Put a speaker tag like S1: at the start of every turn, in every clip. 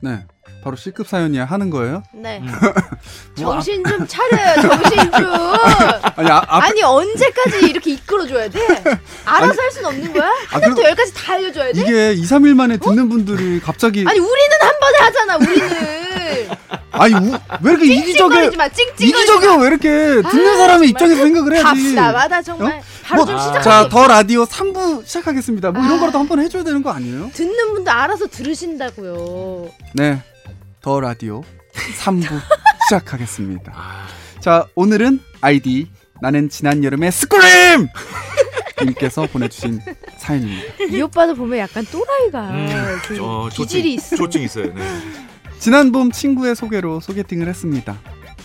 S1: 네. 바로 C급 사연이야 하는 거예요?
S2: 네.
S1: 뭐 아-
S2: 정신 좀 차려요, 정신 좀.
S1: 아니, 아, 앞-
S2: 아니, 언제까지 이렇게 이끌어줘야 돼? 알아서 할 수는 없는 거야? 하나부터 열까지 다 알려줘야 돼?
S1: 이게 2, 3일 만에 듣는 분들이 갑자기
S2: 아니, 우리는 한 번에 하잖아, 우리는.
S1: 아니 우- 왜 이렇게 이기적이야?
S2: 찡찡거리지 마, 찡찡거리지
S1: 이기적이야 왜 이렇게 듣는 사람의 입장에서 생각을
S2: 마.
S1: 해야지.
S2: 답답하다, 아, 정말. 바로 좀
S1: 뭐,
S2: 어? 시작하자.
S1: 자, 더 라디오 3부 시작하겠습니다. 뭐 이런
S2: 아.
S1: 거라도 한 번 해줘야 되는 거 아니에요?
S2: 듣는 분도 알아서 들으신다고요.
S1: 네, 더 라디오 3부 시작하겠습니다. 자, 오늘은 아이디 나는 지난 여름에 스크림 님께서 보내주신 사연입니다.
S2: 이 오빠도 보면 약간 또라이가
S3: 음,
S2: 그
S3: 어,
S2: 기질이 있어.
S3: 조증 있어요. 네.
S1: 지난 봄 친구의 소개로 소개팅을 했습니다.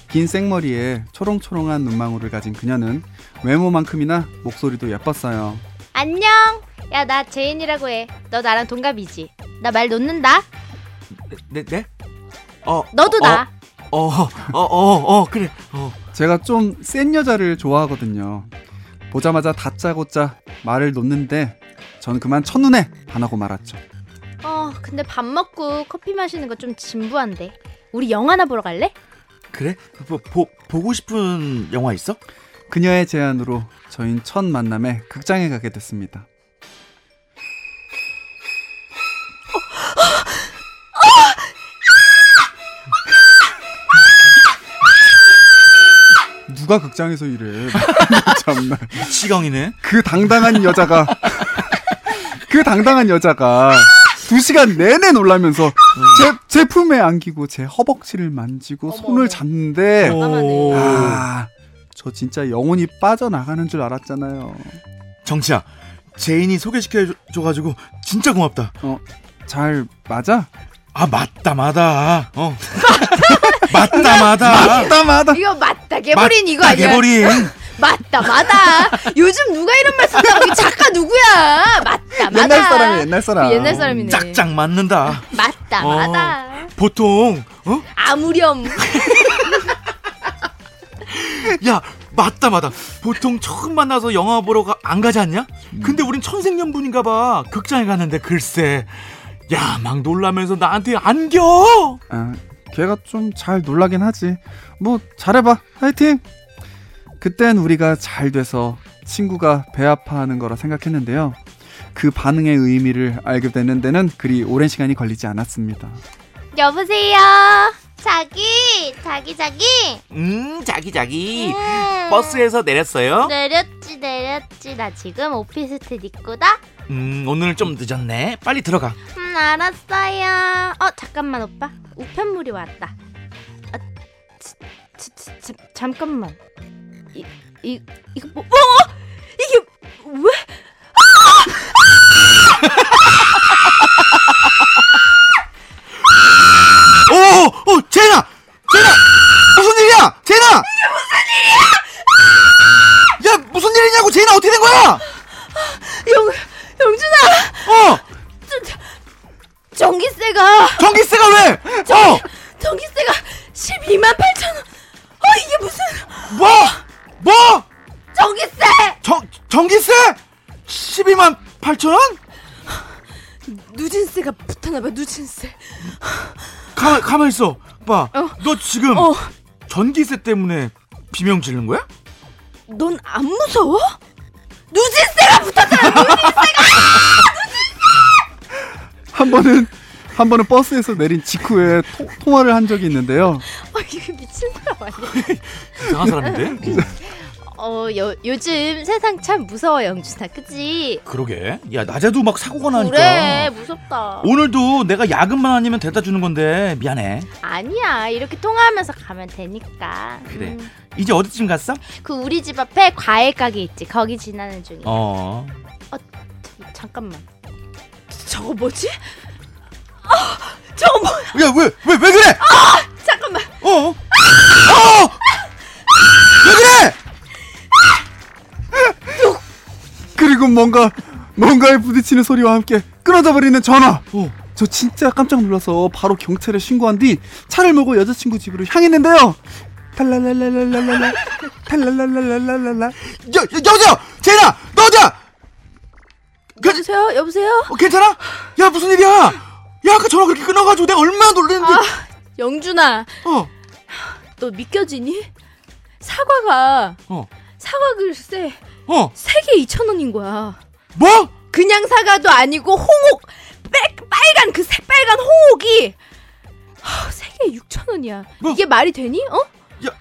S1: 긴 생머리에 초롱초롱한 눈망울을 가진 그녀는 외모만큼이나 목소리도 예뻤어요.
S4: 안녕. 야, 나 제인이라고 해. 너 나랑 동갑이지? 나 말 놓는다.
S3: 네, 네. 어,
S4: 너도
S3: 어,
S4: 나.
S3: 어, 어, 어, 어, 어, 그래. 어.
S1: 제가 좀 센 여자를 좋아하거든요. 보자마자 다짜고짜 말을 놓는데 전 그만 첫눈에 반하고 말았죠.
S4: 어, 근데 밥 먹고 커피 마시는 거 좀 진부한데. 우리 영화나 보러 갈래?
S3: 그래? 보, 보, 보고 싶은 영화 있어?
S1: 그녀의 제안으로 저희는 첫 만남에 극장에 가게 됐습니다. 누가 극장에서 이래? 참나.
S3: 시경이네.
S1: 그 당당한 여자가 그 당당한 여자가 두 시간 내내 놀라면서
S2: 어.
S1: 제, 제 품에 안기고 제 허벅지를 만지고
S2: 어머,
S1: 손을
S2: 어머.
S1: 잡는데
S2: 오.
S1: 아, 저 진짜 영혼이 빠져나가는 줄 알았잖아요.
S3: 정치야. 제인이 소개시켜 줘 가지고 진짜 고맙다.
S1: 잘 맞아?
S3: 아, 맞다, 맞다. 어. 맞다, 아, 맞다.
S1: 맞다, 맞다.
S2: 이거 맞다, 아, 개버린 이거 아니야?
S3: 개버린.
S2: 맞다, 맞다. 요즘 누가 이런 말 쓴다고? 이 작가 누구야? 맞다, 맞다.
S1: 옛날 사람이야, 옛날 사람.
S2: 그 옛날 사람이네.
S3: 짝짝 맞는다.
S4: 맞다,
S3: 어.
S4: 맞다.
S3: 보통 어?
S2: 아무렴.
S3: 야, 맞다, 맞다. 보통 처음 만나서 영화 보러 가, 안 가지 않냐? 근데 우린 천생연분인가 봐. 극장에 갔는데 글쎄. 야, 막 놀라면서 나한테 안겨!
S1: 아, 걔가 좀 잘 놀라긴 하지. 뭐 잘해봐. 화이팅. 그땐 우리가 잘 돼서 친구가 배 아파하는 거라 생각했는데요. 그 반응의 의미를 알게 되는 데는 그리 오랜 시간이 걸리지 않았습니다.
S4: 여보세요. 자기, 자기, 자기.
S3: 음, 자기, 자기.
S4: 음.
S3: 버스에서 내렸어요?
S4: 네. 내렸지, 내렸지. 나 지금 오피스텔 입구다.
S3: 음, 오늘 좀 늦었네. 빨리 들어가.
S4: 음, 알았어요. 어, 잠깐만 오빠. 우편물이 왔다. 아, 지- 지- 지- 잠- 잠깐만. 이, 이, 이거 뭐? 어?
S2: 이게 왜?
S3: 오! 오! 제나! 제나! 어, 무슨 일이야! 제나! 이게 무슨 일이야! 야, 무슨 일이냐고! 제나 어떻게 된 거야!
S2: 영, 영준아!
S3: 어!
S2: 전기세가,
S3: 전기세가 왜! 어!
S2: 전기세가 12만 8천 원. 어, 이게 무슨,
S3: 뭐! 뭐!
S2: 전기세!
S3: 정, 전기세? 12만 8천원?
S2: 누진세가 붙었나봐, 누진세.
S3: 가만, 가만 있어. 봐.
S2: 어.
S3: 너
S1: 음.
S3: 지금
S2: 어,
S3: 전기세 때문에 비명 지르는 거야?
S2: 넌 안 무서워? 누진세가 붙었잖아!
S1: 한 번은 한 번은 버스에서 내린 직후에 토- 통화를 한 적이 있는데요.
S2: 어, 이거 미친 사람 아니야?
S3: 이상한 사람인데?
S4: 어, 요, 요즘 세상 참 무서워, 영준아. 그치?
S3: 그러게. 야, 낮에도 막 사고가 나니까.
S4: 그래, 무섭다.
S3: 오늘도 내가 야근만 아니면 데려다 주는 건데 미안해.
S4: 아니야 이렇게 통화하면서 가면 되니까
S3: 그래.
S4: 음.
S3: 이제 어디쯤 갔어?
S4: 그 우리 집 앞에 과일 가게 있지 거기 지나는 중이야
S3: 어.
S4: 잠깐만
S2: 저거 뭐지? 아, 저거 뭐,
S3: 야, 왜, 왜, 왜 그래?
S2: 잠깐만.
S3: 어? 어? 어! 왜 그래?
S1: 그리고 뭔가 뭔가에 부딪히는 소리와 함께 끊어져 버리는 전화.
S3: 어.
S1: 저 진짜 깜짝 놀라서 바로 경찰에 신고한 뒤 차를 몰고 여자친구 집으로 향했는데요. 탈랄랄랄랄랄라 탈랄랄랄랄랄라
S3: 여, 여, 여자! 제나! 너 여자! 그,
S2: 여보세요? 여보세요?
S3: 어, 괜찮아? 야, 무슨 일이야? 야 아까 전화 그렇게 끊어가지고 내가 얼마나 놀랬는데
S5: 영준아,
S3: 어
S5: 너 믿겨지니? 사과가
S3: 어.
S5: 사과 글쎄
S3: 어,
S5: 세 개 2천 원인 거야.
S3: 뭐?
S5: 그냥 사과도 아니고 홍옥 빽- 빨간 그 새빨간 홍옥이 세 개에 6천 원이야.
S3: 뭐?
S5: 이게 말이 되니? 어?
S3: 야,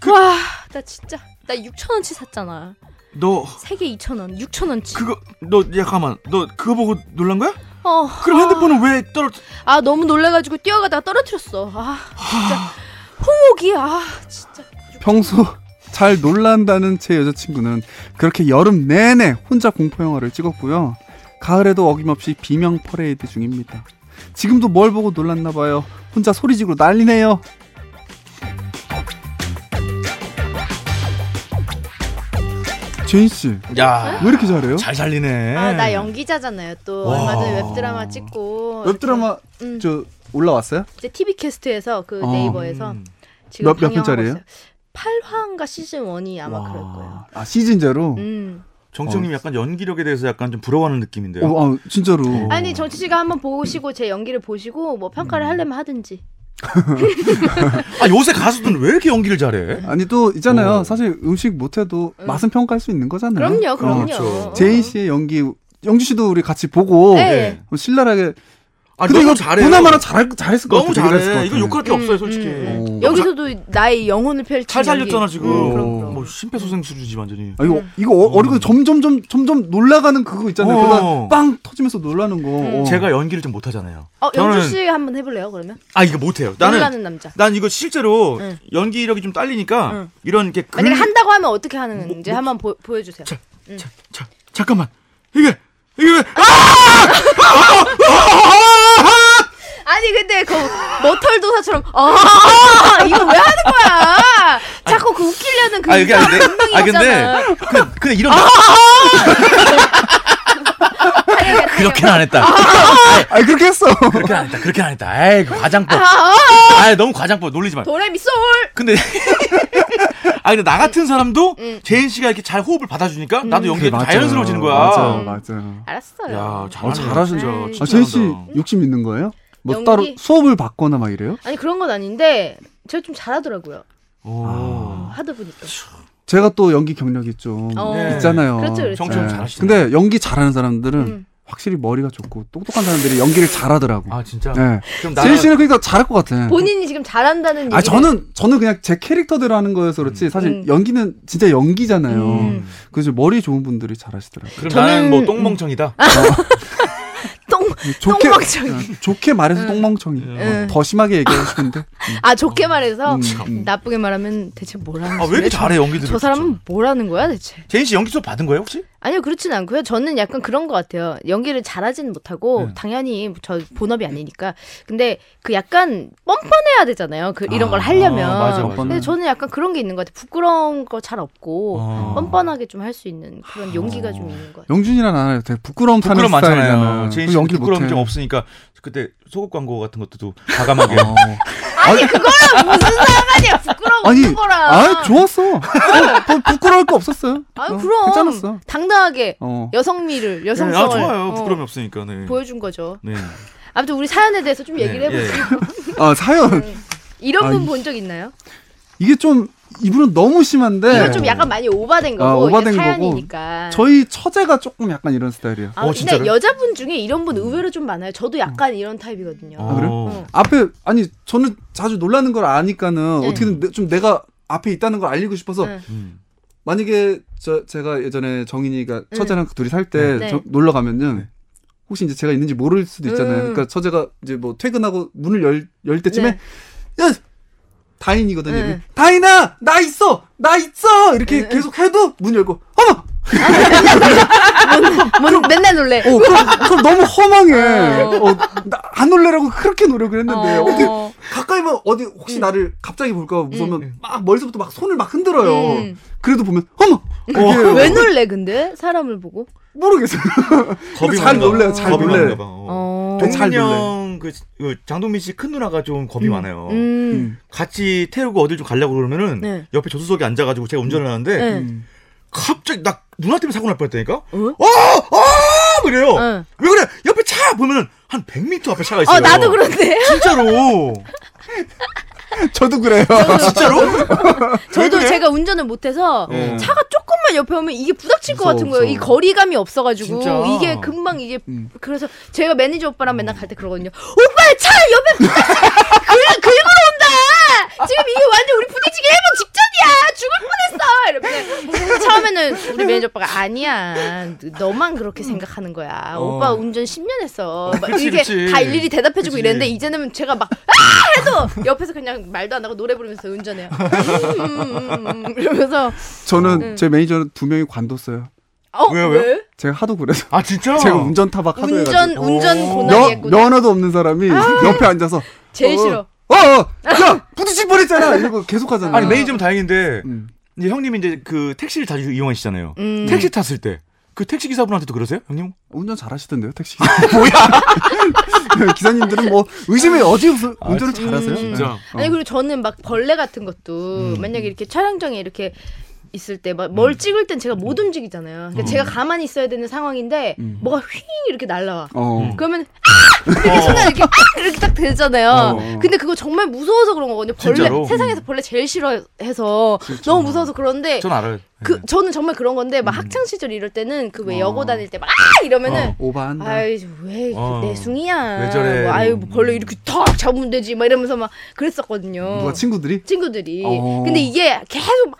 S3: 그-
S5: 와, 나 진짜 나 6천 원치 샀잖아.
S3: 너
S5: 세 개 2천 원, 6천 원치.
S3: 그거 너 잠깐만 너 그거 보고 놀란 거야?
S5: 어. 아,
S3: 그럼 핸드폰은 왜 떨어져?
S5: 아 너무 놀래가지고 뛰어가다가 떨어뜨렸어. 아 진짜 홍옥이 아 진짜.
S1: 평소 잘 놀란다는 제 여자친구는 그렇게 여름 내내 혼자 공포 영화를 찍었고요. 가을에도 어김없이 비명 퍼레이드 중입니다. 지금도 뭘 보고 놀랐나 봐요. 혼자 소리 지르고 난리네요. 제인 씨, 왜
S3: 야,
S1: 이렇게 잘해요?
S3: 아. 잘 살리네.
S2: 아 나 연기자잖아요 또
S3: 와.
S2: 얼마 전에 웹드라마 찍고
S1: 웹드라마
S2: 음,
S1: 저 올라왔어요?
S2: 이제 TV 캐스트에서 그
S1: 어.
S2: 네이버에서
S3: 음.
S2: 지금
S1: 몇- 몇
S2: 방영하고
S1: 분짜리예요?
S2: 있어요. 8화인가 시즌 1이 아마
S3: 와.
S2: 그럴 거예요
S1: 아 시즌제로?
S2: 음.
S3: 정청님 약간 연기력에 대해서 약간 좀 부러워하는 느낌인데요.
S1: 어, 아, 진짜로.
S2: 아니 정치 씨가 한번 보시고 제 연기를 보시고 뭐 평가를
S1: 음.
S2: 하려면 하든지
S3: 아 요새 가수들은 왜 이렇게 연기를 잘해?
S1: 아니 또 있잖아요.
S3: 어.
S1: 사실 음식 못해도
S2: 음.
S1: 맛은 평가할 수 있는 거잖아요.
S2: 그럼요
S1: 어.
S2: 그럼요
S3: 그렇죠.
S1: 제인 씨의 연기 영주 씨도 우리 같이 보고
S2: 네.
S1: 어, 신랄하게
S3: 아
S1: 근데
S3: 너무
S1: 이거
S3: 잘해.
S1: 보나마나 잘 잘했을 것
S3: 너무
S1: 같아. 되게 잘했을 것
S3: 잘해.
S1: 같아.
S3: 이거 욕할 게 없어요, 솔직히.
S1: 음. 오.
S5: 여기서도 나의 영혼을 펼치는
S3: 잘 살렸잖아 지금.
S2: 어,
S1: 음, 그럼, 그럼.
S3: 뭐 심폐소생술이지 완전히.
S1: 아, 이거 이거 어- 어리고 점점 점 점점 놀라가는 그거 있잖아요.
S3: 어.
S1: 그거 빵 터지면서 놀라는 거.
S2: 음.
S1: 어.
S3: 제가 연기를 좀 못하잖아요.
S2: 어, 영주
S3: 저는-
S2: 씨 한번 해볼래요 그러면?
S3: 아 이거 못해요. 나는
S2: 놀라는 남자
S3: 난 이거 실제로
S2: 응.
S3: 연기력이 좀 딸리니까
S2: 응.
S3: 이런 이렇게 글...
S2: 만약에 한다고 하면 어떻게 하는지
S3: 뭐-
S2: 한번 보, 여주세요
S3: 자, 자, 자, 잠깐만 이게 이게 왜- 아!
S2: 아니 근데 그 머털 도사처럼 아 이거 왜 하는 거야? 자꾸 그 웃기려는 그
S3: 아 이게
S2: 인간
S3: 근데
S2: 분명히
S3: 아 근데
S2: 있잖아. 아,
S3: 그, 근데 이런 그렇게는 안 했다
S1: 아 그렇게 했어.
S3: 그렇게 안 했다 그렇게 안 했다 에이 그 과장법 아 너무 과장법 놀리지 마
S2: 도레미솔
S3: 근데 아 근데 나 같은 사람도
S2: 음.
S3: 제인 씨가 이렇게 잘 호흡을 받아주니까 나도 연기가 좀
S1: 맞아요.
S3: 자연스러워지는 거야
S1: 맞아요, 맞아요.
S2: 알았어요.
S3: 야
S1: 어,
S3: 잘하네
S1: 잘하신다.
S2: 음.
S1: 아
S3: 진짜
S1: 제인 씨
S3: 잘한다.
S1: 욕심 있는 거예요? 뭐
S2: 연기?
S1: 따로 수업을 받거나 막 이래요?
S2: 아니 그런 건 아닌데 제가 좀 잘하더라고요.
S1: 아.
S3: 오.
S2: 하다 보니까.
S3: 음.
S1: 제가 또 연기 경력이 좀
S2: 어.
S3: 네.
S1: 있잖아요.
S2: 그렇죠, 그렇죠.
S3: 정치형
S1: 네.
S3: 잘하시네.
S1: 근데 연기 잘하는 사람들은
S2: 음.
S1: 확실히 머리가 좋고 똑똑한 사람들이 연기를 잘하더라고.
S3: 아 진짜
S1: 네. 제인
S3: 그럼 나는
S1: 씨는 그러니까 잘할 것 같아.
S2: 본인이 지금 잘한다는 얘기.
S1: 아 저는 저는 그냥 제 캐릭터대로 하는 거여서 그렇지 사실
S2: 음.
S1: 연기는 진짜 연기잖아요.
S2: 음.
S1: 그래서 머리 좋은 분들이 잘하시더라고요.
S3: 그럼
S2: 저는- 음. 아,
S3: 나는 뭐 똥멍청이다
S2: 똥.
S3: 음,
S2: 똥멍청이.
S1: 어, 좋게 말해서 똥멍청이. 어,
S2: 음.
S1: 더 심하게 얘기하고 싶은데.
S2: 아 좋게 말해서
S1: 음, 음.
S2: 나쁘게 말하면 대체 뭘 하는
S3: 음. 아 왜 이렇게 잘해 연기들
S2: 저 사람은 뭘 하는 거야 대체?
S3: 제인 씨 연기 수업 받은 거예요 혹시?
S2: 아니요 그렇진 않고요. 저는 약간 그런 것 같아요. 연기를 잘하지는 못하고
S3: 네.
S2: 당연히 저 본업이 아니니까. 근데 그 약간 뻔뻔해야 되잖아요. 그 이런 걸 하려면.
S3: 아, 맞아, 맞아.
S2: 근데 저는 약간 그런 게 있는 것 같아요. 부끄러운 거 잘 없고
S3: 어.
S2: 뻔뻔하게 좀 할 수 있는 그런 용기가 좀 있는 것 같아요.
S1: 영준이랑 나는 되게 부끄러움 타는
S3: 부끄러움 많잖아요.
S1: 스타일이잖아.
S3: 제인
S1: 그리고
S3: 씨
S1: 연기를
S3: 부끄러움
S1: 못해.
S3: 좀 없으니까 그때 소극 광고 같은 것도 또 과감하게.
S1: 어.
S2: 아니 그거랑 무슨 상관이야 부끄러운
S1: 아니,
S2: 거랑.
S1: 아 좋았어. 어, 뭐 부끄러울 거 없었어요.
S2: 아
S1: 어,
S2: 그럼
S1: 괜찮았어.
S2: 당당하게
S1: 어.
S2: 여성미를
S3: 네,
S2: 여성성을
S3: 아 좋아요.
S2: 어,
S3: 부끄러움이 없으니까. 네.
S2: 보여준 거죠.
S3: 네.
S2: 아무튼 우리 사연에 대해서 좀 얘기를
S3: 네,
S2: 해보죠.
S3: 예.
S1: 아 사연
S2: 네. 이런
S1: 아,
S2: 분
S1: 이-
S2: 본 적 있나요?
S1: 이게 좀 이분은 너무 심한데.
S2: 이건 좀 약간 많이 오바된 거고
S1: 네. 아, 오바된
S2: 이게
S1: 거고.
S2: 사연이니까.
S1: 저희 처제가 조금 약간 이런 스타일이에요.
S2: 아,
S3: 어,
S2: 근데
S3: 진짜로요?
S2: 여자분 중에 이런 분 의외로 좀 많아요. 저도 약간 이런 타입이거든요.
S3: 어.
S1: 아, 그래요?
S2: 어.
S1: 앞에 아니 저는 자주 놀라는 걸 아니까는
S2: 네.
S1: 어떻게든 내- 좀 내가 앞에 있다는 걸 알리고 싶어서
S2: 네.
S3: 음.
S1: 만약에 저 제가 예전에 정인이가 처제랑 그 둘이 살 때
S2: 네.
S1: 놀러 가면은 혹시 이제 제가 있는지 모를 수도 있잖아요.
S2: 음.
S1: 그러니까 처제가 이제 뭐 퇴근하고 문을 열, 열 때쯤에 야 다인이거든요.
S2: 네.
S1: 다인아 나 있어 나 있어 이렇게 계속 해도 문 열고 어머
S2: 뭔- 뭐 맨날 놀래.
S1: 어, 그럼, 그럼 너무 허망해.
S2: 어.
S1: 어, 나 안 놀래라고 그렇게 노력을 했는데
S2: 어.
S1: 어. 떻게 가까이면 어디 혹시 나를 갑자기 볼까 무서우면 막 멀리서부터 막 손을 막 흔들어요.
S2: 음.
S1: 그래도 보면 어머
S3: 어.
S2: 왜 놀래 근데 사람을 보고?
S1: 모르겠어요.
S3: 겁이
S1: 잘
S3: 많은가 봐.
S1: 놀래요, 잘
S3: 겁이
S1: 놀래요.
S3: 많은가 봐. 어.
S2: 어.
S1: 동- 잘 놀래.
S3: 동민형 그, 그 장동민 씨 큰 누나가 좀 겁이 많아요.
S2: 음.
S3: 같이 태우고 어딜 좀 가려고 그러면은
S2: 네.
S3: 옆에 조수석에 앉아가지고 제가 운전을 하는데
S2: 네.
S1: 음.
S3: 갑자기 나 누나 때문에 사고 날 뻔했다니까.
S2: 어?
S3: 어어 그래요.
S2: 어.
S3: 왜 그래? 옆에 차 보면은 한 100m 앞에 차가 있어요.
S5: 어
S2: 아,
S5: 나도 그런데
S3: 진짜로.
S1: 저도 그래요.
S3: 진짜로?
S5: 저도
S3: 그래?
S5: 제가 운전을 못해서
S2: 네.
S1: 예.
S5: 차가 조금만 옆에 오면 이게 부닥칠 것
S3: 무서워,
S5: 같은 거예요. 이
S3: 무서워.
S5: 거리감이 없어가지고
S3: 진짜.
S5: 이게 금방 이게
S1: 음.
S5: 그래서 제가 매니저 오빠랑 맨날 갈 때 그러거든요. 오빠 차 옆에 긁, 긁으러 온다. 지금 이게 완전 우리 부딪히기 해본 직전이야. 죽을 뻔했어. 이러면
S2: 처음에는 우리 매니저 오빠가 아니야 너만 그렇게 생각하는 거야
S3: 어.
S2: 오빠 운전 10년 했어 막
S3: 그치,
S2: 이게
S3: 그치.
S2: 다 일일이 대답해주고
S3: 그치.
S2: 이랬는데 이제는 제가 막 아! 해도 옆에서 그냥 말도 안 하고 노래 부르면서 운전해요 음, 음, 음, 음, 이러면서
S1: 저는 제 매니저는 두 명이 관뒀어요.
S2: 어,
S3: 왜요,
S2: 왜?
S3: 왜요?
S1: 제가 하도 그래서
S3: 아 진짜?
S1: 제가 운전 타박 하도
S2: 운전
S1: 해가지고 어.
S2: 운전
S3: 오.
S2: 고난이
S1: 면,
S2: 했구나
S1: 면허도 없는 사람이 옆에 앉아서
S2: 제일
S1: 어,
S2: 싫어
S1: 어, 어, 야 부딪힐 뻔했잖아 이러고 계속 하잖아요.
S3: 아니 매니저면 다행인데
S1: 음.
S3: 이제 형님이 이제 그 택시를 자주 이용하시잖아요.
S2: 음.
S3: 택시 탔을 때 그 택시 기사분한테도 그러세요, 형님?
S1: 운전 잘하시던데요 택시 뭐야 기사님들은 뭐 의심의 여지 없어 운전을 잘하세요
S2: 음.
S3: 진짜.
S1: 네.
S2: 아니
S1: 어. 음.
S2: 그리고 저는 막 벌레 같은 것도 만약에 이렇게 촬영장에 이렇게 있을 때 막 뭘 찍을 땐 제가
S1: 음.
S2: 못 움직이잖아요. 그러니까 제가 가만히 있어야 되는 상황인데 뭐가 휘잉 이렇게 날라와.
S1: 어.
S3: 음.
S2: 그러면
S3: 어.
S2: 순간 이렇게 아 이렇게 딱 되잖아요.
S1: 어. 음.
S2: 근데 그거 정말 무서워서 그런 거거든요. 벌레
S3: 진짜로?
S2: 세상에서 벌레 제일 싫어해서 너무 무서워서 그런데
S3: 전 알아요. 네.
S2: 그 저는 정말 그런 건데 막 학창 시절 이럴 때는 그 왜
S1: 네. 음. 어.
S2: 여고 다닐 때 막 아 이러면은
S1: 오바한다
S2: 아유 왜내
S3: 어.
S2: 숭이야
S3: 왜 저래.
S2: 뭐, 아유 뭐 벌레 이렇게 탁 잡으면 되지 막 이러면서 막 그랬었거든요
S1: 누가 친구들이
S2: 친구들이
S1: 어.
S2: 근데 이게 계속 막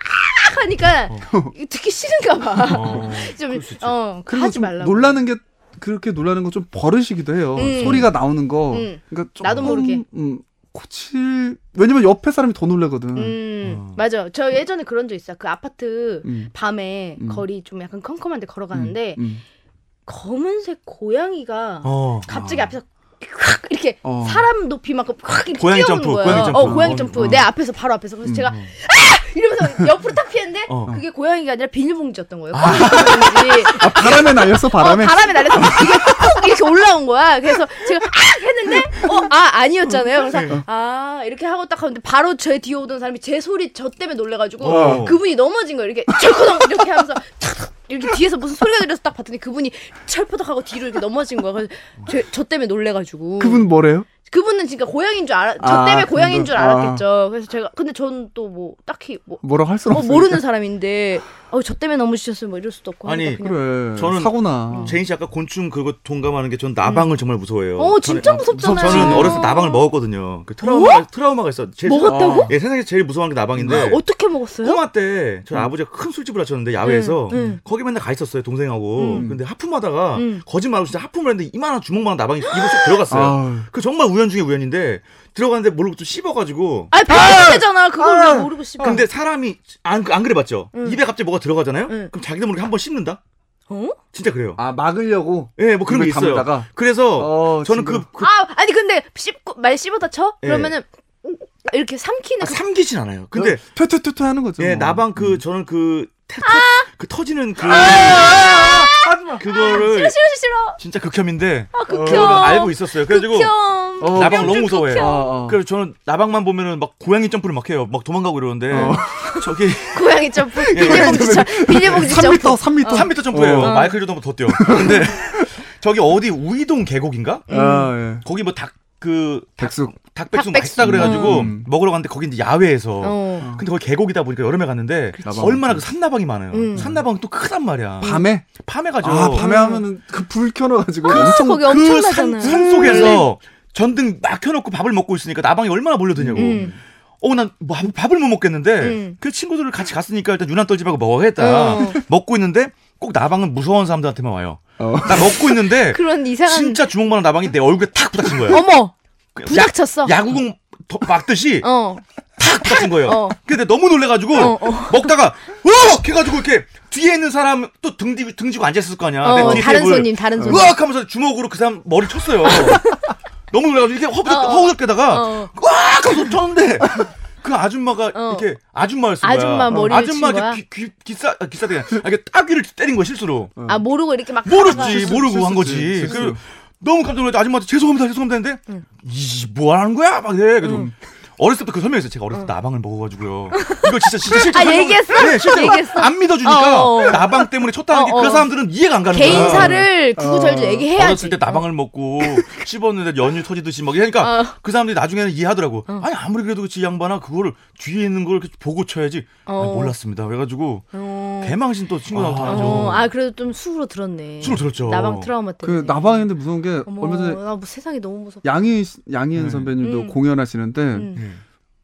S2: 하니까 듣기 싫은가
S3: 어. 그럴 수 있지.
S2: 봐좀어
S1: 그리고
S2: 하지
S1: 좀
S2: 말라고
S1: 놀라는 게 그렇게 놀라는 건 좀 버릇이기도 해요
S2: 음.
S1: 소리가 나오는 거
S2: 음.
S1: 그러니까 조금,
S2: 나도 모르게.
S1: 음, 고칠 왜냐면 옆에 사람이 더 놀라거든
S2: 음
S3: 어.
S2: 맞아 저 예전에 그런 적 있어요 그 아파트
S1: 음.
S2: 밤에
S1: 음.
S2: 거리 좀 약간 컴컴한데 걸어가는데
S1: 음.
S2: 검은색 고양이가
S3: 어.
S2: 갑자기 앞에서 확 이렇게
S1: 어.
S2: 사람 높이만큼 확 이렇게
S3: 고양이
S2: 뛰어오는
S3: 점프,
S2: 거예요.
S3: 고양이 점프.
S2: 어, 고양이
S3: 어,
S2: 점프.
S1: 어.
S2: 내 앞에서 바로 앞에서 그래서
S1: 음.
S2: 제가 아! 이러면서 옆으로 딱 피했는데
S3: 어.
S2: 그게 고양이가 아니라 비닐봉지였던 거예요. 지
S1: 아, 바람에 날렸어 바람에
S2: 어, 바람에 날려서
S1: 아.
S2: 이게 푹 이렇게 올라온 거야. 그래서 제가 아 했는데 어 아 아니었잖아요.
S1: 네.
S2: 그래서 아 이렇게 하고 딱 하는데 바로 제 뒤에 오던 사람이 제 소리 저 때문에 놀래가지고
S3: 어.
S2: 그분이 넘어진 거예요. 이렇게 철커덕 이렇게 하면서 탁 이렇게 뒤에서 무슨 소리가 들려서 딱 봤더니 그분이 철퍼덕하고 뒤로 이렇게 넘어진 거야. 그래서 제, 저 때문에 놀래가지고
S1: 그분 뭐래요
S2: 그분은 진짜 고양인 줄 알아. 저
S1: 아,
S2: 때문에 고양인
S1: 그분도-
S2: 줄 알았겠죠. 그래서 제가 근데 저는 또 뭐 딱히 뭐
S1: 뭐라고 할 수는
S2: 어,
S1: 없어
S2: 모르는 사람인데 어저 때문에 넘어지셨으면 뭐 이럴 수도 없고
S3: 아니,
S2: 하니까 그냥
S1: 그래
S3: 저는-
S1: 사고나
S3: 어. 제인 씨 아까 곤충 그거 동감하는 게 전 나방을 정말 무서워해요.
S2: 어 진짜
S3: 저는-
S2: 무섭잖아요. 뭐?
S3: 저는 어렸을 때 나방을 먹었거든요. 그 트라우마, 트라우마가 있어. 제일
S2: 먹었다고?
S1: 아.
S3: 예, 세상에서 제일 무서워하는 게 나방인데.
S2: 어떻게 먹었어요? 음.
S3: 꼬마 때 저희 아버지가 큰 술집을 하셨는데 야외에서
S2: 응, 응.
S3: 거기 맨날 가 있었어요 동생하고
S1: 음.
S3: 근데 하품하다가
S2: 응.
S3: 거짓말하고 진짜 하품을 했는데 이만한 주먹만한 나방이 입에 쏙 들어갔어요
S1: 아유.
S3: 그 정말 우연 중에 우연인데 들어갔는데 모르고 좀 씹어가지고
S2: 아니 배고프잖아 그걸
S3: 아!
S2: 왜 모르고 씹어
S3: 근데 사람이 안, 안 그래 봤죠 입에 갑자기 뭐가 들어가잖아요
S2: 응.
S3: 그럼 자기도 모르게 한 번 씹는다
S2: 어?
S3: 진짜 그래요
S1: 아 막으려고
S3: 예 뭐 그런 게
S1: 입을
S3: 있어요
S1: 다물다가?
S3: 그래서
S1: 어,
S3: 저는
S1: 지금.
S3: 그, 그
S2: 아 아니 근데 씹고 말 씹어다 쳐?
S3: 예.
S2: 그러면은 이렇게 삼키는
S3: 아,
S2: 그
S3: 삼기진 않아요 근데
S1: 퇴퇴퇴퇴 어, 하는 거죠
S3: 예
S1: 뭐.
S3: 나방 그 저는 그, 태, 그 터지는
S2: 아,
S3: 그 그거를
S2: 싫어 싫어 싫어
S3: 진짜 극혐인데 어,
S2: 아
S3: 그거를
S2: 극혐
S3: 알고 있었어요 그래가지고
S2: 극혐
S1: 어.
S3: 나방 너무
S2: 좀
S3: 무서워해.
S1: 아, 아.
S3: 그래서 저는 나방만 보면은 막 고양이 점프를 막 해요. 막 도망가고 이러는데
S1: 어.
S3: 저기
S2: 고양이 점프
S3: 예,
S2: 비닐봉지 점프 비닐봉지
S1: 3m,
S2: 점프
S1: 3m.
S3: 3m 점프예요.
S1: 어.
S3: 마이클 조던보다 더 뛰어. 근데 저기 어디 우이동 계곡인가?
S1: 아, 예.
S3: 거기 뭐 닭 그
S1: 백숙.
S2: 닭백숙.
S3: 닭백숙 맛있다 그래가지고
S1: 음.
S3: 먹으러 갔는데 거기 이제 야외에서.
S2: 어.
S3: 근데 거기 계곡이다 보니까 여름에 갔는데
S1: 그렇지.
S3: 얼마나 그 산나방이 많아요.
S2: 음.
S3: 산나방 또 크단 말이야.
S1: 밤에?
S3: 밤에 가죠.
S1: 아, 밤에 하면은 그 불 켜놔가지고 엄청.
S2: 음. 거기
S3: 그
S2: 엄청나잖아 음,
S3: 산, 산 속에서
S2: 네.
S3: 전등 막 켜놓고 밥을 먹고 있으니까 나방이 얼마나 몰려드냐고.
S2: 음.
S3: 어, 난 뭐, 한- 밥을 못 먹겠는데,
S2: 음.
S3: 그 친구들을 같이 갔으니까 일단 유난 떨지 말고 먹어야겠다.
S2: 어.
S3: 먹고 있는데, 꼭 나방은 무서운 사람들한테만 와요.
S1: 어.
S3: 나 먹고 있는데,
S2: 그런 이상한
S3: 진짜 주먹만한 나방이 내 얼굴에 탁 부닥친 거예요.
S2: 어머
S3: 그
S2: 부닥쳤어
S3: 야, 야구공 더- 막듯이
S2: 어
S3: 탁 부닥친 거예요.
S2: 어.
S3: 근데 너무 놀래가지고,
S2: 어, 어.
S3: 먹다가, 으악! 해가지고 이렇게 뒤에 있는 사람 또 등지고, 등지고 앉아있을 거 아니야.
S2: 어,
S3: 내 뒤에
S2: 다른
S3: 테이블.
S2: 손님 다른 손님
S3: 으악! 하면서 주먹으로 그 사람 머리 쳤어요. 너무 놀래가지고 이렇게
S2: 어, 어.
S3: 허우적, 대다가
S2: 어.
S3: 꽉 하고 쳤는데 그 아줌마가
S2: 어.
S3: 이렇게 아줌마였을 거야. 어.
S2: 아줌마 머리를
S3: 아줌마
S2: 친 거야?
S3: 이렇게 귀, 귀, 기싸 아, 기싸대 아니라 이렇게 따귀를 때린 거야 실수로.
S2: 아 모르고 이렇게 막
S3: 모르지
S2: 하다가.
S1: 실수,
S3: 모르고
S1: 실수지,
S3: 한 거지.
S1: 실수.
S3: 그 너무 깜짝 놀라서 아줌마한테 죄송합니다 죄송합니다 했는데 이 뭐 하는 거야 막 이래. 그래서 어렸을 때부터 그 설명했어요. 제가 어렸을 때 나방을 먹어가지고요. 이거 진짜 진짜 실제
S2: 아,
S3: 설명-
S2: 얘기했어?
S3: 네, 실제
S2: 얘기했어?
S3: 안 믿어주니까
S2: 어, 어.
S3: 나방 때문에 쳤다는 게
S2: 어, 어.
S3: 그 사람들은 이해가 안 가는 거야.
S2: 개인사를 구구절절
S1: 어.
S2: 얘기해야지.
S3: 어렸을 때 나방을 먹고 씹었는데 연유 터지듯이 막 이러니까
S2: 어.
S3: 그 사람들이 나중에는 이해하더라고. 아니 아무리 그래도 그치 이 양반아 그거를 뒤에 있는 걸 이렇게 보고 쳐야지.
S2: 어.
S3: 아니, 몰랐습니다. 그래가지고
S2: 어.
S3: 개망신 또 친구 나타나죠.
S2: 어, 아 그래도 좀 수로 들었네.
S3: 술을 들었죠.
S2: 나방 트라우마 때문에.
S1: 그 나방인데 무서운 게
S2: 어머,
S1: 얼마 전에
S2: 나뭐 세상이 너무 무섭다.
S1: 양희 양희은
S3: 네.
S1: 선배님도
S2: 음.
S1: 공연하시는데
S2: 응.
S3: 음.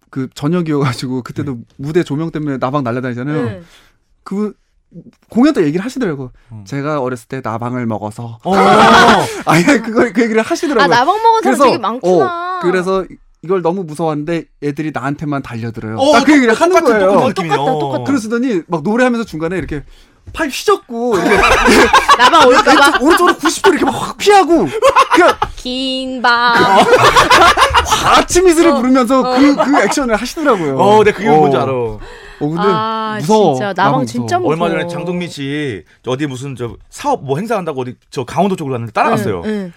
S1: 그 저녁이어가지고 그때도
S3: 네.
S1: 무대 조명 때문에 나방 날려다니잖아요.
S2: 응.
S1: 그 공연 때 얘기를 하시더라고.
S3: 음.
S1: 제가 어렸을 때 나방을 먹어서
S3: 어.
S1: 아예 그걸 그 얘기를 하시더라고요.
S2: 아 나방 먹은 사람 되게 많구나.
S1: 어, 그래서 이걸 너무 무서웠는데 애들이 나한테만 달려들어요.
S3: 어,
S1: 딱 그 얘기를 하는
S3: 똑같은,
S1: 거예요.
S3: 똑같은 느낌이에요.
S2: 똑같다, 똑같다.
S1: 그러시더니 막 노래하면서 중간에 이렇게 팔 휘젓고 이렇게
S2: 나방 올까봐
S1: 왼쪽, 오른쪽으로 90도 이렇게 막 확 피하고 그냥
S3: 아,
S2: 긴바.
S1: 아침 이슬을
S2: 어,
S1: 부르면서 그 그 액션을 하시더라고요.
S3: 어, 내 그게
S1: 어.
S3: 뭔지 알아.
S1: 어 근데
S2: 아
S1: 무서워.
S2: 진짜
S1: 나방
S2: 나방
S1: 무서워.
S2: 진짜 무서워.
S3: 얼마 전에 장동민 씨 어디 무슨 저 사업 뭐 행사한다고 어디 저 강원도 쪽으로 갔는데 따라갔어요.
S2: 응,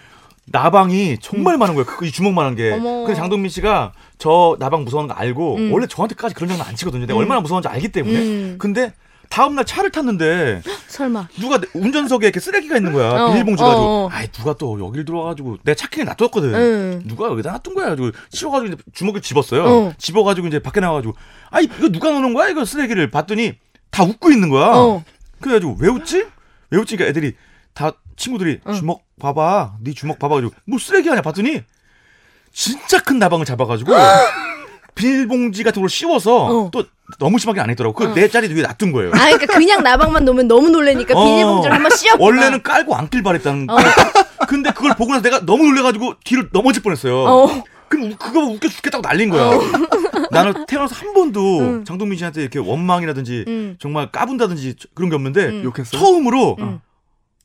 S3: 나방이 정말 많은 거예요. 그 주먹만한 게.
S2: 음. 어머.
S3: 근데 장동민 씨가 저 나방 무서운 거 알고
S2: 음.
S3: 원래 저한테까지 그런 장난 안 치거든요. 내가
S2: 음.
S3: 얼마나 무서운지 알기 때문에.
S2: 음.
S3: 근데 다음 날 차를 탔는데
S2: 응. 설마.
S3: 누가 내- 운전석에 이렇게 쓰레기가 있는 거야.
S2: 어,
S3: 비닐봉지 가지고.
S2: 어, 어.
S3: 아이 누가 또 여길 들어와가지고 내가 차키에 놔뒀거든.
S2: 응.
S3: 누가 여기다 놔둔 거야. 가지고 치워가지고 이제 주먹을 집었어요.
S2: 어.
S3: 집어가지고 이제 밖에 나와가지고 아이 이거 누가 놓는 거야 이거 쓰레기를 봤더니 다 웃고 있는 거야.
S2: 어.
S3: 그래가지고 왜 웃지? 왜 웃지? 그러니까 애들이 다 친구들이 주먹 봐봐, 네 주먹 봐봐가지고 뭐 쓰레기 하냐 봤더니 진짜 큰 나방을 잡아가지고 비닐봉지 같은 걸 씌워서
S2: 어.
S3: 또 너무 심하게 안 했더라고. 그내 자리 위에 놔둔 거예요.
S2: 아 그러니까 그냥 나방만 놓으면 너무 놀래니까
S3: 어.
S2: 비닐봉지를 한번 씌웠구나.
S3: 원래는 깔고 앉길
S2: 어.
S3: 바랬다는. 근데 그걸 보고 나서 내가 너무 놀래가지고 뒤로 넘어질 뻔했어요.
S2: 어.
S3: 그럼 우- 그거 웃겨 죽겠다고 날린 거야. 나는 태어나서 한 번도 장동민 씨한테 이렇게 원망이라든지
S2: 음.
S3: 정말 까분다든지 저- 그런 게 없는데
S2: 음.
S1: 욕했어요?
S3: 처음으로
S2: 음.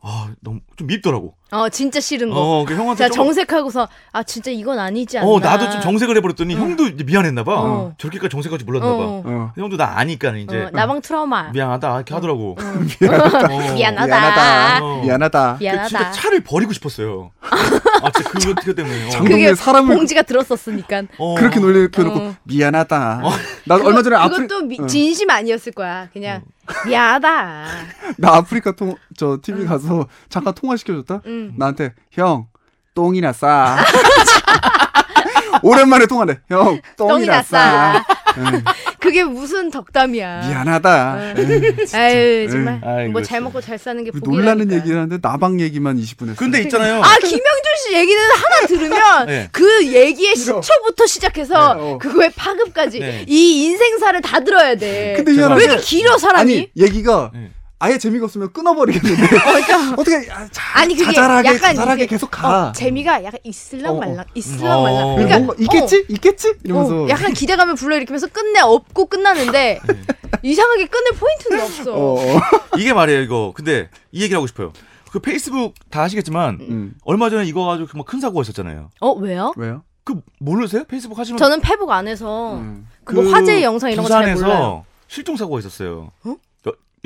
S3: 아 너무 좀 밉더라고.
S2: 어 진짜 싫은 거.
S3: 어, 그 형한테
S2: 자
S3: 좀-
S2: 정색하고서 아 진짜 이건 아니지 않나. 음.
S3: 어 나도 좀 정색을 해버렸더니 형도 이제 미안했나 봐.
S2: 어.
S3: 저렇게까지 정색할지 몰랐나
S2: 어.
S3: 봐.
S1: 어.
S3: 형도 나 아니까 이제
S2: 어, 나방 트라우마.
S3: 미안하다 이렇게 하더라고. 어.
S2: 미안하다.
S1: 미안하다.
S3: 어.
S1: 미안하다.
S3: 그 진짜
S2: 미안하다.
S3: 차를 버리고 싶었어요. 아 진짜 그거 그거 때문에. 어.
S1: 장동-
S2: 그게
S1: 근데 사람을-
S2: 봉지가 들었었으니까.
S3: 어.
S1: 그렇게 놀려놓고
S2: 어.
S1: 미안하다. 나 얼마 전에 아프리
S2: 그것도 미-
S1: 어.
S2: 진심 아니었을 거야. 그냥 미안하다.
S1: 나 아프리카 통 저 TV 가서 잠깐 통화 시켜줬다.
S2: 응.
S1: 나한테 형 똥이나 싸. 오랜만에 통화네. 형 똥이나 싸.
S2: 똥이나 싸.
S1: 응,
S2: 그게 무슨 덕담이야.
S1: 미안하다. 에이, 진짜.
S2: 아유 정말
S3: 아이고,
S2: 뭐
S3: 진짜.
S2: 잘 먹고 잘 사는 게
S1: 우리
S2: 복이라니까.
S1: 그 놀라는 얘기를 하는데 나방 얘기만 20분 했어.
S3: 근데 있잖아요.
S2: 아 김영준 씨 얘기는 하나 들으면
S3: 네.
S2: 그 얘기의 시초부터 시작해서
S1: 네, 어.
S2: 그거의 파급까지
S3: 네.
S2: 이 인생사를 다 들어야 돼.
S1: 근데
S3: 죄송합니다.
S1: 희한하게
S2: 네. 왜 이렇게 길어 사람이?
S1: 아니 얘기가
S3: 네.
S1: 아예 재미가 없으면 끊어버리겠는데 어떻게 아, 자,
S2: 그러니까. 아니, 그게
S1: 자잘하게
S2: 약간
S1: 자잘하게
S2: 이게-
S1: 계속 가.
S2: 어, 재미가 약간
S1: 어, 어.
S2: 있을랑말랑 있을랑말랑.
S3: 어.
S2: 그러니까
S1: 뭔가 있겠지 있겠지
S2: 어,
S1: 이러면서
S2: 어, 약간 기대감을 불러일으키면서 끝내 없고 끝나는데
S3: 네.
S2: 이상하게 끝낼 포인트는 없어.
S1: 어, 어.
S3: 이게 말이에요 이거. 근데 이 얘기를 하고 싶어요. 그 페이스북 다 아시겠지만
S1: 음.
S3: 얼마 전에 이거 가지고 정말 큰 사고가 있었잖아요.
S2: 어, 왜요?
S1: 왜요?
S3: 그 모르세요? 페이스북 하시면
S2: 저는 페북 안 해서
S1: 음.
S2: 그뭐 화제 영상 이런 거 잘
S3: 부산에서
S2: 몰라요.
S3: 실종 사고가 있었어요.
S2: 어? 음.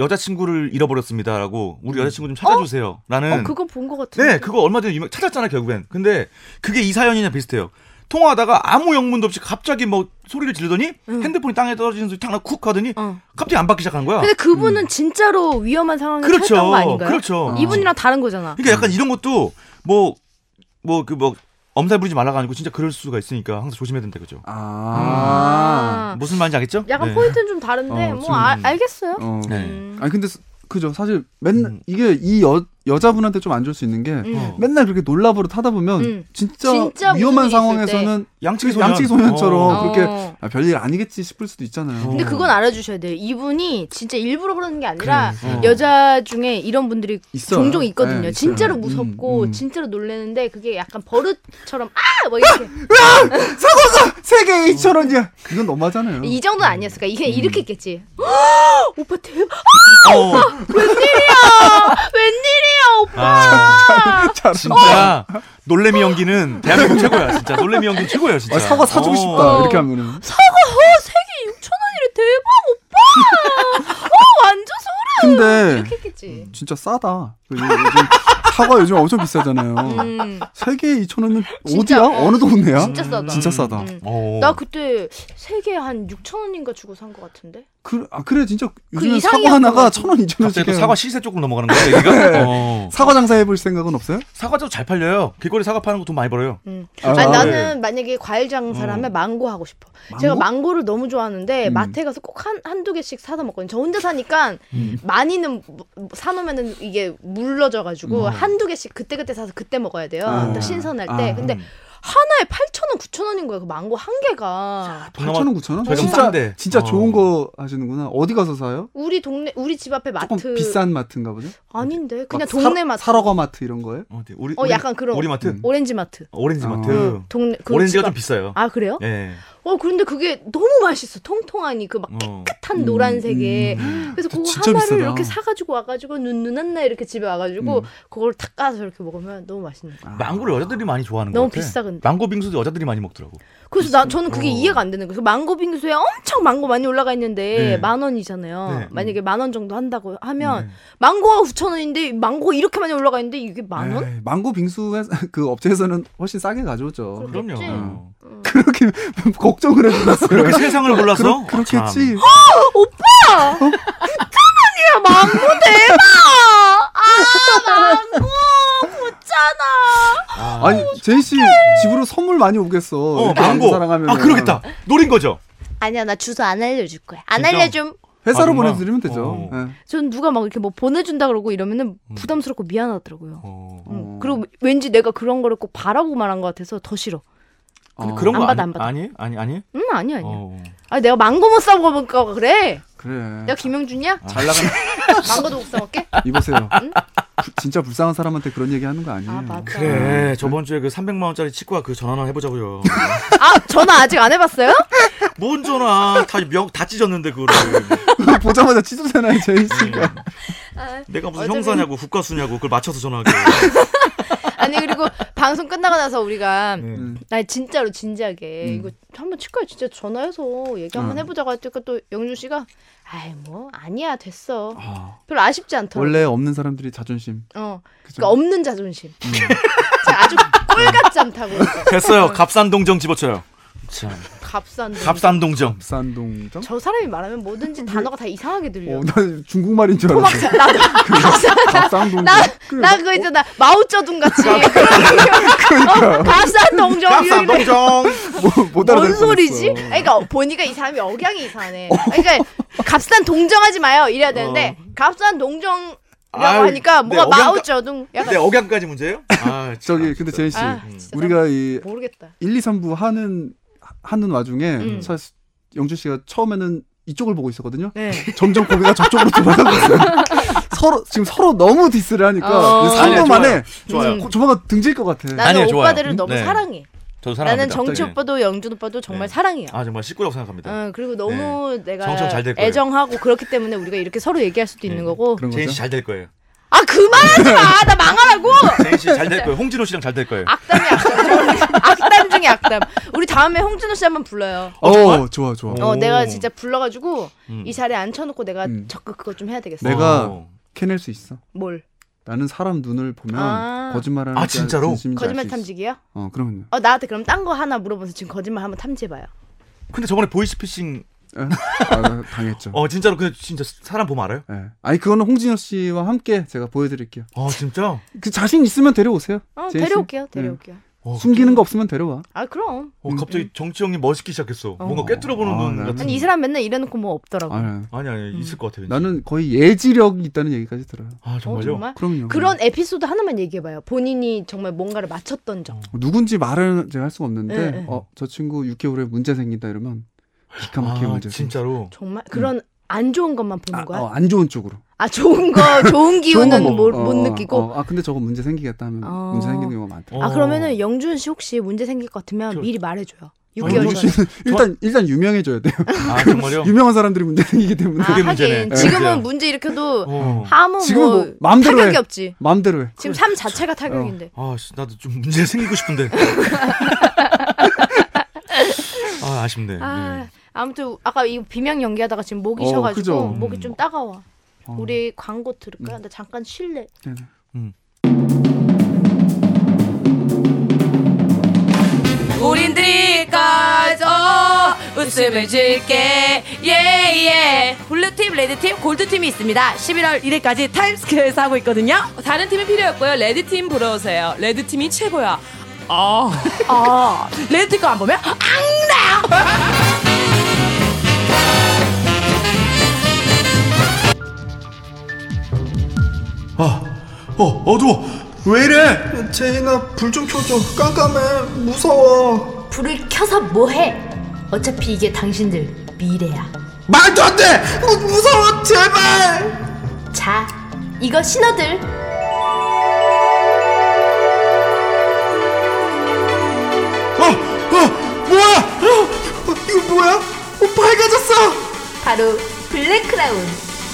S3: 여, 자친구를 잃어버렸습니다라고 우리 여자친구 좀 찾아주세요. 라는
S2: 어, 그거 본 것 같은데.
S3: 네 그거 얼마 전에 유명 찾았잖아 결국엔. 근데 그게 이 사연이냐 비슷해요. 통화하다가 아무 영문도 없이 갑자기 뭐 소리를 지르더니 핸드폰이 땅에 떨어지는 소리 탁 하나 쿡 하더니
S2: 어.
S3: 갑자기 안 받기 시작한 거야.
S2: 근데 그분은 진짜로 위험한 상황에
S3: 아. 음. 그렇죠.
S2: 처했던 거 아닌가요? 어.
S3: 그렇죠.
S2: 이분이랑 다른 거잖아.
S3: 그러니까 약간 이런 것도 뭐 뭐 그 뭐 엄살 부리지 말라가 아니고 진짜 그럴 수가 있으니까 항상 조심해야 된다 그죠.
S1: 아.
S2: 아.
S3: 무슨 말인지 알겠죠?
S2: 약간
S3: 네.
S2: 포인트는 좀 다른데
S1: 어,
S2: 뭐
S1: 좀-
S2: 아- 알겠어요.
S1: 어.
S3: 네.
S2: 음.
S1: 아니 근데 스- 그죠 사실 맨날
S3: 음.
S1: 이게 이 여, 여자분한테 좀 안 좋을 수 있는 게
S2: 음.
S3: 어.
S1: 맨날 그렇게 놀라버릇 하다 보면
S2: 음.
S1: 진짜,
S2: 진짜 무슨 일이
S1: 위험한
S2: 있을
S1: 상황에서는
S3: 양치기 소년.
S1: 양치기 소년처럼
S2: 어.
S1: 그렇게
S2: 어.
S1: 아, 별일 아니겠지 싶을 수도 있잖아요.
S2: 근데
S3: 어.
S2: 그건 알아주셔야 돼요. 이분이 진짜 일부러 그러는 게 아니라
S3: 그래. 어.
S2: 여자 중에 이런 분들이
S1: 있어요.
S2: 종종 있거든요.
S1: 네, 있어요.
S2: 진짜로
S1: 음,
S2: 무섭고
S1: 음.
S2: 진짜로 놀래는데 그게 약간 버릇처럼 아! 뭐 이렇게
S1: 음. 세계 2천 원이야. 그건 너무하잖아요.
S2: 이 정도는 아니었을까? 이게
S1: 음.
S2: 이렇게 했겠지. 오빠 대박!
S3: 어.
S2: 웬일이야 오빠!
S3: 아,
S1: 잘한다.
S3: 진짜
S2: 어.
S3: 놀래미 연기는 대한민국 최고야 진짜 놀래미 연기 는 최고예요 진짜
S1: 아, 사과 사주고
S3: 어.
S1: 싶다.
S2: 어.
S1: 이렇게 하면은.
S2: 어, 세계 6천 원이래 대박 오빠! 어 완전 소름!
S1: 근데
S2: 이렇게 했겠지.
S1: 진짜 싸다. 그 요- 요즘 사과 요즘 엄청 비싸잖아요.
S5: 음,
S1: 세개 에 2천 원은
S2: 진짜,
S1: 어디야?
S2: 어.
S1: 어느 동네야?
S2: 진짜 싸다.
S1: 진짜 싸다.
S2: 음.
S3: 어.
S2: 나 그때 세 개 한 6천 원인가 주고 산 것 같은데.
S1: 그, 아, 그래 진짜 요즘에 사과
S2: 이상이었던 것
S1: 하나가
S2: 같아.
S1: 천 원, 이천 원씩
S3: 갑자기 또 사과 시세 쪽으로 넘어가는 거야 얘기가? 어.
S1: 사과 장사 해볼 생각은 없어요?
S3: 사과도 잘 팔려요. 길거리 사과 파는 거 돈 많이 벌어요.
S1: 아,
S2: 음. 아니
S1: 네. 음.
S2: 나는 만약에 과일 장사라면
S3: 어.
S2: 망고 하고 싶어.
S1: 망고?
S2: 제가 망고를 너무 좋아하는데
S1: 음.
S2: 마트에 가서 꼭 한 한두 개씩 사다 먹거든요. 저 혼자 사니까
S1: 음.
S2: 많이는 뭐- 뭐 사놓으면은 이게 물러져 가지고
S1: 음.
S2: 한두 개씩 그때그때 사서 그때 먹어야 돼요.
S1: 아.
S2: 딱 신선할
S1: 아.
S2: 때. 근데
S3: 음.
S2: 하나에 8,000원, 9,000원인 거예요. 그 망고 한 개가.
S1: 8천 원, 9천 원?
S3: 저렴
S1: 진짜
S3: 싼데.
S1: 진짜
S3: 어.
S1: 좋은 거 하시는구나. 어디 가서 사요?
S2: 우리 동네 우리 집 앞에 마트
S1: 조금 비싼 마트인가 보죠?
S2: 아닌데 그냥
S1: 막
S2: 동네
S1: 사-
S2: 마트
S1: 사러가 마트 이런 거예요?
S3: 어, 네. 우리,
S2: 어
S3: 우리-
S2: 약간 그런
S3: 우리 마트
S1: 음.
S2: 오렌지 마트
S3: 오렌지
S1: 어.
S3: 마트 음.
S1: 그
S2: 동네 그
S3: 오렌지가
S2: 집
S3: 좀
S2: 앞-
S3: 비싸요.
S2: 아 그래요?
S1: 네.
S3: 예.
S2: 어 그런데 그게 너무 맛있어 통통하니 그 막
S3: 어.
S1: 음,
S2: 깨끗한 노란색에
S1: 음.
S2: 그래서 그거
S1: 진짜
S2: 하나를
S1: 비싸다.
S2: 이렇게 사가지고 와가지고 눈눈한 날 이렇게 집에 와가지고
S1: 음.
S2: 그걸 탁 까서 이렇게 먹으면 너무 맛있는 거야.
S1: 아.
S3: 망고를 여자들이 많이 좋아하는 거
S2: 너무
S3: 같아.
S2: 비싸 근데.
S3: 망고 빙수도 여자들이 많이 먹더라고.
S2: 그래서 나 저는 그게
S3: 어.
S2: 이해가 안 되는 거예요. 그 망고 빙수에 엄청 망고 많이 올라가 있는데
S3: 네.
S2: 만 원이잖아요.
S3: 네.
S2: 만약에 만 원 정도 한다고 하면
S3: 네.
S2: 망고가 9천 원인데 망고가 이렇게 많이 올라가 있는데 이게 만 원?
S1: 에이, 망고 빙수 회- 그 업체에서는 훨씬 싸게 가져오죠.
S2: 어, 그렇겠지.
S3: 그럼요.
S1: 음.
S2: 음.
S1: 그렇게 걱정을 해주셨어요.
S3: 그렇게 세상을 몰라서 아,
S1: 그렇겠지.
S2: 야 아, 망고 대박! 아 망고 붙잖아.
S3: 아,
S1: 아니 제이 씨 집으로 선물 많이 오겠어.
S3: 어,
S1: 이렇게
S3: 망고.
S1: 사랑하면
S3: 아 그러겠다. 노린 거죠.
S2: 아니야 나 주소 안 알려줄 거야. 안
S3: 진짜?
S2: 알려줌.
S1: 회사로
S3: 아, 정말?
S1: 보내드리면 되죠.
S3: 어.
S1: 예.
S2: 전 누가 막 이렇게 뭐 보내준다 그러고 이러면은
S3: 음.
S2: 부담스럽고 미안하더라고요.
S3: 어.
S2: 음,
S1: 어.
S2: 그리고 왠지 내가 그런 거를 꼭 바라고 말한 것 같아서 더 싫어.
S3: 근데
S1: 어,
S3: 그런
S2: 안
S3: 거
S2: 받아,
S3: 아니,
S2: 안 받아.
S3: 아니 아니 아니.
S2: 음 아니 아니. 야
S3: 어.
S2: 아니 내가 망고 못 사먹을까 봐 그래.
S1: 그래.
S2: 내가 김영준이야?
S3: 아, 잘 나가는
S2: 망고도 못 사먹게?
S1: 이보세요. 부- 진짜 불쌍한 사람한테 음, 그런 얘기 하는 거 아니에요.
S2: 아 맞다.
S3: 그래 저번 주에 그 300만 원짜리 치과 그 전화 하나 해보자고요.
S2: 아 전화 아직 안 해봤어요?
S3: 뭔 전화 다명다 찢었는데 그거를
S1: 보자마자 찢어잖아요, 제이 씨가.
S3: 예.
S2: 그러니까. 아,
S3: 내가 무슨
S2: 어차피-
S3: 형사냐고 국가수냐고 그걸 맞춰서 전화하게.
S2: 아니 그리고 방송 끝나고 나서 우리가
S1: 음.
S2: 아니 진짜로 진지하게
S1: 음.
S2: 이거 한번 치과에 진짜 전화해서 얘기 한번
S1: 음.
S2: 해보자고 했더니 또 영준 씨가 아이 뭐 아니야 됐어
S1: 아,
S2: 별로 아쉽지 않더라고.
S1: 원래 없는 사람들이 자존심.
S2: 어
S1: 그죠? 음.
S2: 그러니까 없는 자존심. 진짜 아주 꼴 같지 않다고
S3: 예. 됐어요. 갑산동정 집어쳐요. 참
S2: 갑산.
S3: 갑산동정.
S1: 산동정?
S2: 저 사람이 말하면 뭐든지 단어가 다 이상하게
S1: 음.
S2: 들려.
S1: 어, 나 중국말인 줄 알았어.
S2: 토막사 나도
S1: 갑상동정.
S2: 나-
S1: 그-
S2: 나 그거 있잖아 마오쩌둥 같이 그러니까 갑산 동정 유일의-
S3: 갑산동정.
S1: 뭐, 못 알아들
S2: 뭔 소리지?
S1: 뻔했어.
S2: 아니, 그러니까 보니까 이 사람이 억양이 이상해. 아니, 그러니까 갑산 동정하지 마요 이래야 되는데 갑산 동정이라고
S3: 아유,
S2: 하니까
S3: 내
S2: 뭐가
S3: 억양가-
S2: 마오쩌둥
S3: 내
S2: 약간
S3: 억양까지 문제예요? 아
S1: 저기 근데 제이 씨,
S2: 아 진짜
S1: 우리가 이
S2: 모르겠다.
S1: 1, 2, 3부 하는 하는 와중에
S2: 음.
S1: 사실 영준 씨가 처음에는 이쪽을 보고 있었거든요.
S2: 네.
S1: 점점 고개가 저쪽으로 돌아가고 있어요. 서로 지금 서로 너무 디스를 하니까
S2: 어.
S1: 3분 만에
S3: 좋아요. 음. 좋아요.
S1: 고- 조만간 등질 것 같아.
S2: 나는
S3: 아니에요, 좋아요.
S2: 오빠들을
S3: 음?
S2: 너무
S3: 네.
S2: 사랑해.
S3: 저도 사랑합니다.
S2: 나는 정치
S3: 네.
S2: 오빠도 영준 오빠도 정말
S3: 네.
S2: 사랑해요.
S3: 아 정말 시끄럽고 생각합니다.
S2: 응, 그리고 너무
S3: 정신
S2: 내가
S3: 잘될 거예요.
S2: 애정하고 그렇기 때문에 우리가 이렇게 서로 얘기할 수도 있는
S3: 네.
S2: 거고.
S1: 그런
S3: 제인
S1: 거죠.
S3: 씨 잘 될 거예요.
S2: 아 그만하지 마, 나 망하라고.
S3: 제인 씨 잘 될 거예요. 홍진호 씨랑 잘 될 거예요.
S2: 악담이 악담, 악담 중에 악담. 우리 다음에 홍준호 씨 한번 불러요.
S1: 어, 좋아 좋아.
S3: 어.
S2: 어,
S3: 오.
S2: 내가 진짜 불러가지고
S3: 음.
S2: 이 자리에 앉혀놓고 내가
S1: 음.
S2: 적극 그거 좀 해야 되겠어.
S1: 내가-
S3: 어.
S1: 캐낼 수 있어.
S2: 뭘?
S1: 나는 사람 눈을 보면
S2: 아.
S1: 거짓말하는 그
S3: 아, 진짜로?
S1: 음.
S2: 거짓말 탐지기야?
S1: 어, 그럼요.
S2: 어 나한테 그럼 딴 거 하나 물어보면서 지금 거짓말 한번 탐지해봐요.
S3: 근데 저번에 보이스피싱
S1: 예? 아, 나 당했죠.
S3: 어 진짜로 근데 진짜 사람 보면 알아요?
S1: 예. 아니 그거는 홍진호 씨와 함께 제가 보여드릴게요.
S3: 아 진짜?
S1: 그 자신 있으면 데려오세요.
S2: 어
S1: 제이 씨.
S2: 데려올게요,
S1: 네.
S2: 데려올게요.
S3: 어,
S1: 숨기는 거 없으면 데려와.
S2: 아 그럼.
S3: 어, 갑자기 정치 형님 멋있기 시작했어. 뭔가 깨뜨려보는
S1: 아,
S3: 눈
S1: 나는-
S3: 같은.
S2: 음. 아니 이 사람 맨날 이래놓고 뭐 없더라고.
S1: 아, 네.
S3: 아니 아니 있을 것 같아. 왠지.
S1: 나는 거의 예지력이 있다는 얘기까지 들어요.
S3: 아
S2: 어,
S3: 정말요?
S2: 정말?
S1: 그럼요.
S2: 그런 에피소드 하나만 얘기해봐요. 본인이 정말 뭔가를 맞췄던 적.
S1: 어, 누군지 말은 제가 할 수가 없는데
S2: 예, 예.
S1: 어, 저 친구 6개월에 문제 생긴다 이러면 기가 막히게
S3: 아
S1: 문제. 생겨.
S3: 진짜로.
S2: 정말 그런 안 좋은 것만 보는 거야?
S1: 음. 아, 어, 안 좋은 쪽으로.
S2: 아 좋은 거 좋은
S1: 좋은
S2: 기운은
S1: 건
S2: 못,
S1: 뭐-
S2: 못
S1: 어,
S2: 느끼고
S1: 어, 아 근데 저거 문제 생기겠다 하면
S2: 어.
S1: 문제 생기는 경우가 많다.
S3: 어.
S2: 아 그러면은 영준 씨 혹시 문제 생길 것 같으면
S3: 저-
S2: 미리 말해줘요.
S1: 아,
S2: 6개월
S1: 영준
S2: 전에.
S1: 씨는 일단 일단 유명해져야 돼요.
S3: 아 정말요?
S1: 유명한 사람들이 문제 생기기 때문에
S2: 아,
S3: 그게
S2: 하긴
S3: 문제네.
S2: 지금은
S3: 문제야.
S2: 문제 일으켜도
S3: 어.
S2: 하모
S1: 지금은
S2: 뭐,
S1: 뭐 마음대로
S2: 타격이
S1: 해.
S2: 없지.
S1: 마음대로 해.
S2: 지금 삶 자체가 타격인데.
S3: 아 씨, 나도 좀 문제 생기고 싶은데. 아 아쉽네.
S2: 아
S3: 네.
S2: 아무튼 아까 이 비명 연기하다가 지금 목이
S1: 예. 어,
S2: 쉬어가지고
S1: 그죠.
S2: 목이 좀 따가워.
S1: 어. 음.
S2: 우리 광고 들을까요? 나 잠깐 쉴래.
S1: 네, 네.
S3: 음.
S6: 우린 드릴까죠 웃음을 줄게 예예 블루팀 레드팀 골드팀이 있습니다 11월 1일까지 타임스퀘어에서 하고 있거든요 다른 팀이 필요 없고요 레드팀 보러 오세요 레드팀이 최고야 아, 아. 레드팀 거안 보면 악나
S3: 아, 어, 어두워. 왜 이래?
S7: 제인아 불 좀 켜줘 깜깜해 무서워
S4: 불을 켜서 뭐해? 어차피 이게 당신들 미래야.
S7: 말도 안돼 무서워 제발
S4: 자, 이거 신호들.
S7: 어, 어, 뭐야 어, 어, 이거 뭐야 어, 밝아졌어
S4: 바로 블랙크라운.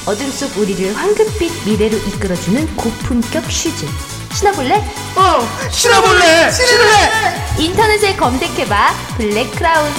S4: 어둠 속 우리를 황금빛 미래로 이끌어주는 고품격 슈즈. 신어볼래?
S7: 어 신어볼래 신을래
S4: 인터넷에 검색해봐. 블랙크라운.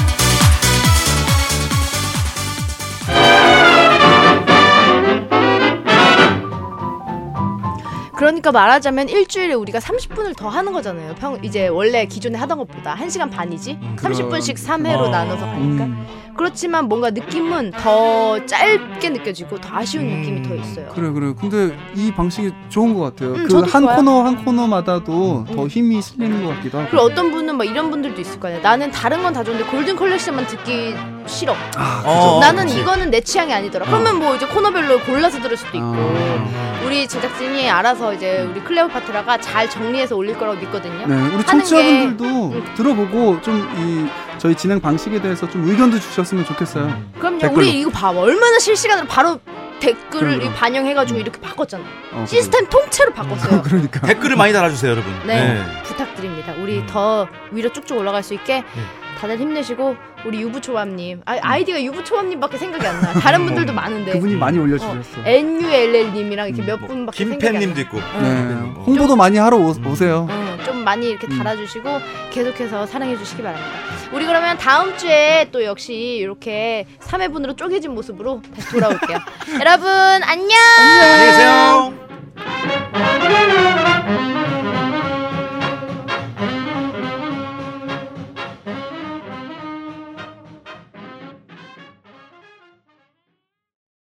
S2: 그러니까 말하자면 일주일에 우리가 30분을 더 하는 거잖아요. 평 이제 원래 기존에 하던 것보다 1시간 반이지. 30분씩 3회로
S3: 어.
S2: 나눠서 가니까.
S1: 음,
S2: 그렇지만 뭔가 느낌은 더 짧게 느껴지고 더 아쉬운 느낌이 더 있어요.
S1: 그래 그래. 근데 이 방식이 좋은 것 같아요.
S2: 음,
S1: 그
S2: 저도
S1: 한
S2: 좋아요. 음.
S1: 코너 한 코너마다도 더 힘이 실리는 것 같기도 하고.
S2: 그리고 어떤 분은 막 이런 분들도 있을 거 아니야. 나는 다른 건 다 좋은데 골든 컬렉션만 듣기 싫어.
S1: 아,
S3: 어,
S2: 나는
S3: 그치.
S2: 이거는 내 취향이 아니더라. 그러면 뭐 이제 코너별로 골라서 들을 수도 있고.
S1: 아,
S2: 우리 제작진이 알아서 이제 우리 클레오파트라가 잘 정리해서 올릴 거라고 믿거든요.
S1: 네, 우리 청취자분들도
S2: 음.
S1: 들어보고 좀 이 저희 진행 방식에 대해서 좀 의견도 주셨으면 좋겠어요.
S2: 그럼요.
S1: 댓글로.
S2: 우리 이거 봐. 얼마나 실시간으로 바로 댓글을
S1: 그럼요.
S2: 이 반영해가지고 이렇게 바꿨잖아. 요
S1: 어, 그래.
S2: 시스템 통째로 바꿨어요.
S1: 그러니까.
S3: 네. 댓글을 많이 달아주세요, 여러분.
S2: 네. 부탁드립니다.
S1: 음.
S2: 우리 더 위로 쭉쭉 올라갈 수 있게
S1: 네.
S2: 다들 힘내시고 우리 유부초밥님 아, 아이디가 유부초밥님밖에 생각이 안 나. 다른 분들도 많은데
S1: 음. 그분이 많이 올려주셨어요.
S2: NULL님이랑 이렇게
S1: 음,
S2: 몇
S3: 뭐,
S2: 분밖에 생각이 안 나.
S3: 김팬님도 있고.
S1: 네.
S3: 어.
S1: 홍보도 많이 하러 오, 세요
S2: 응, 좀 많이 이렇게
S1: 음.
S2: 달아주시고 계속해서 사랑해주시기 바랍니다. 우리 그러면 다음 주에 또 역시 이렇게 3회분으로 쪼개진 모습으로 다시 돌아올게요. 여러분 안녕.
S3: 안녕히 계세요.